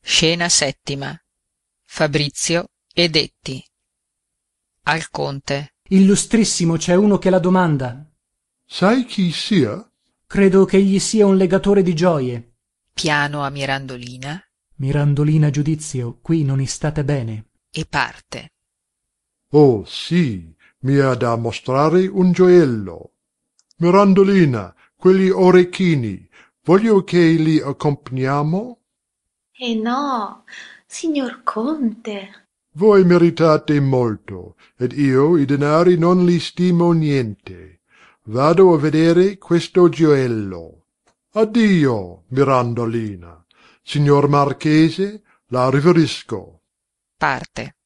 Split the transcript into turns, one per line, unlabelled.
scena settima fabrizio e detti al conte
illustrissimo c'è uno che la domanda
sai chi sia
credo ch'egli sia un legatore di gioje
piano a mirandolina
mirandolina giudizio qui non istate bene
e parte
oh sì mi ha da mostrare un gioiello mirandolina quegli orecchini voglio che li accompagniamo
eh no signor conte
voi meritate molto ed io i denari non li stimo niente vado a vedere questo gioiello addio mirandolina signor marchese la riverisco
parte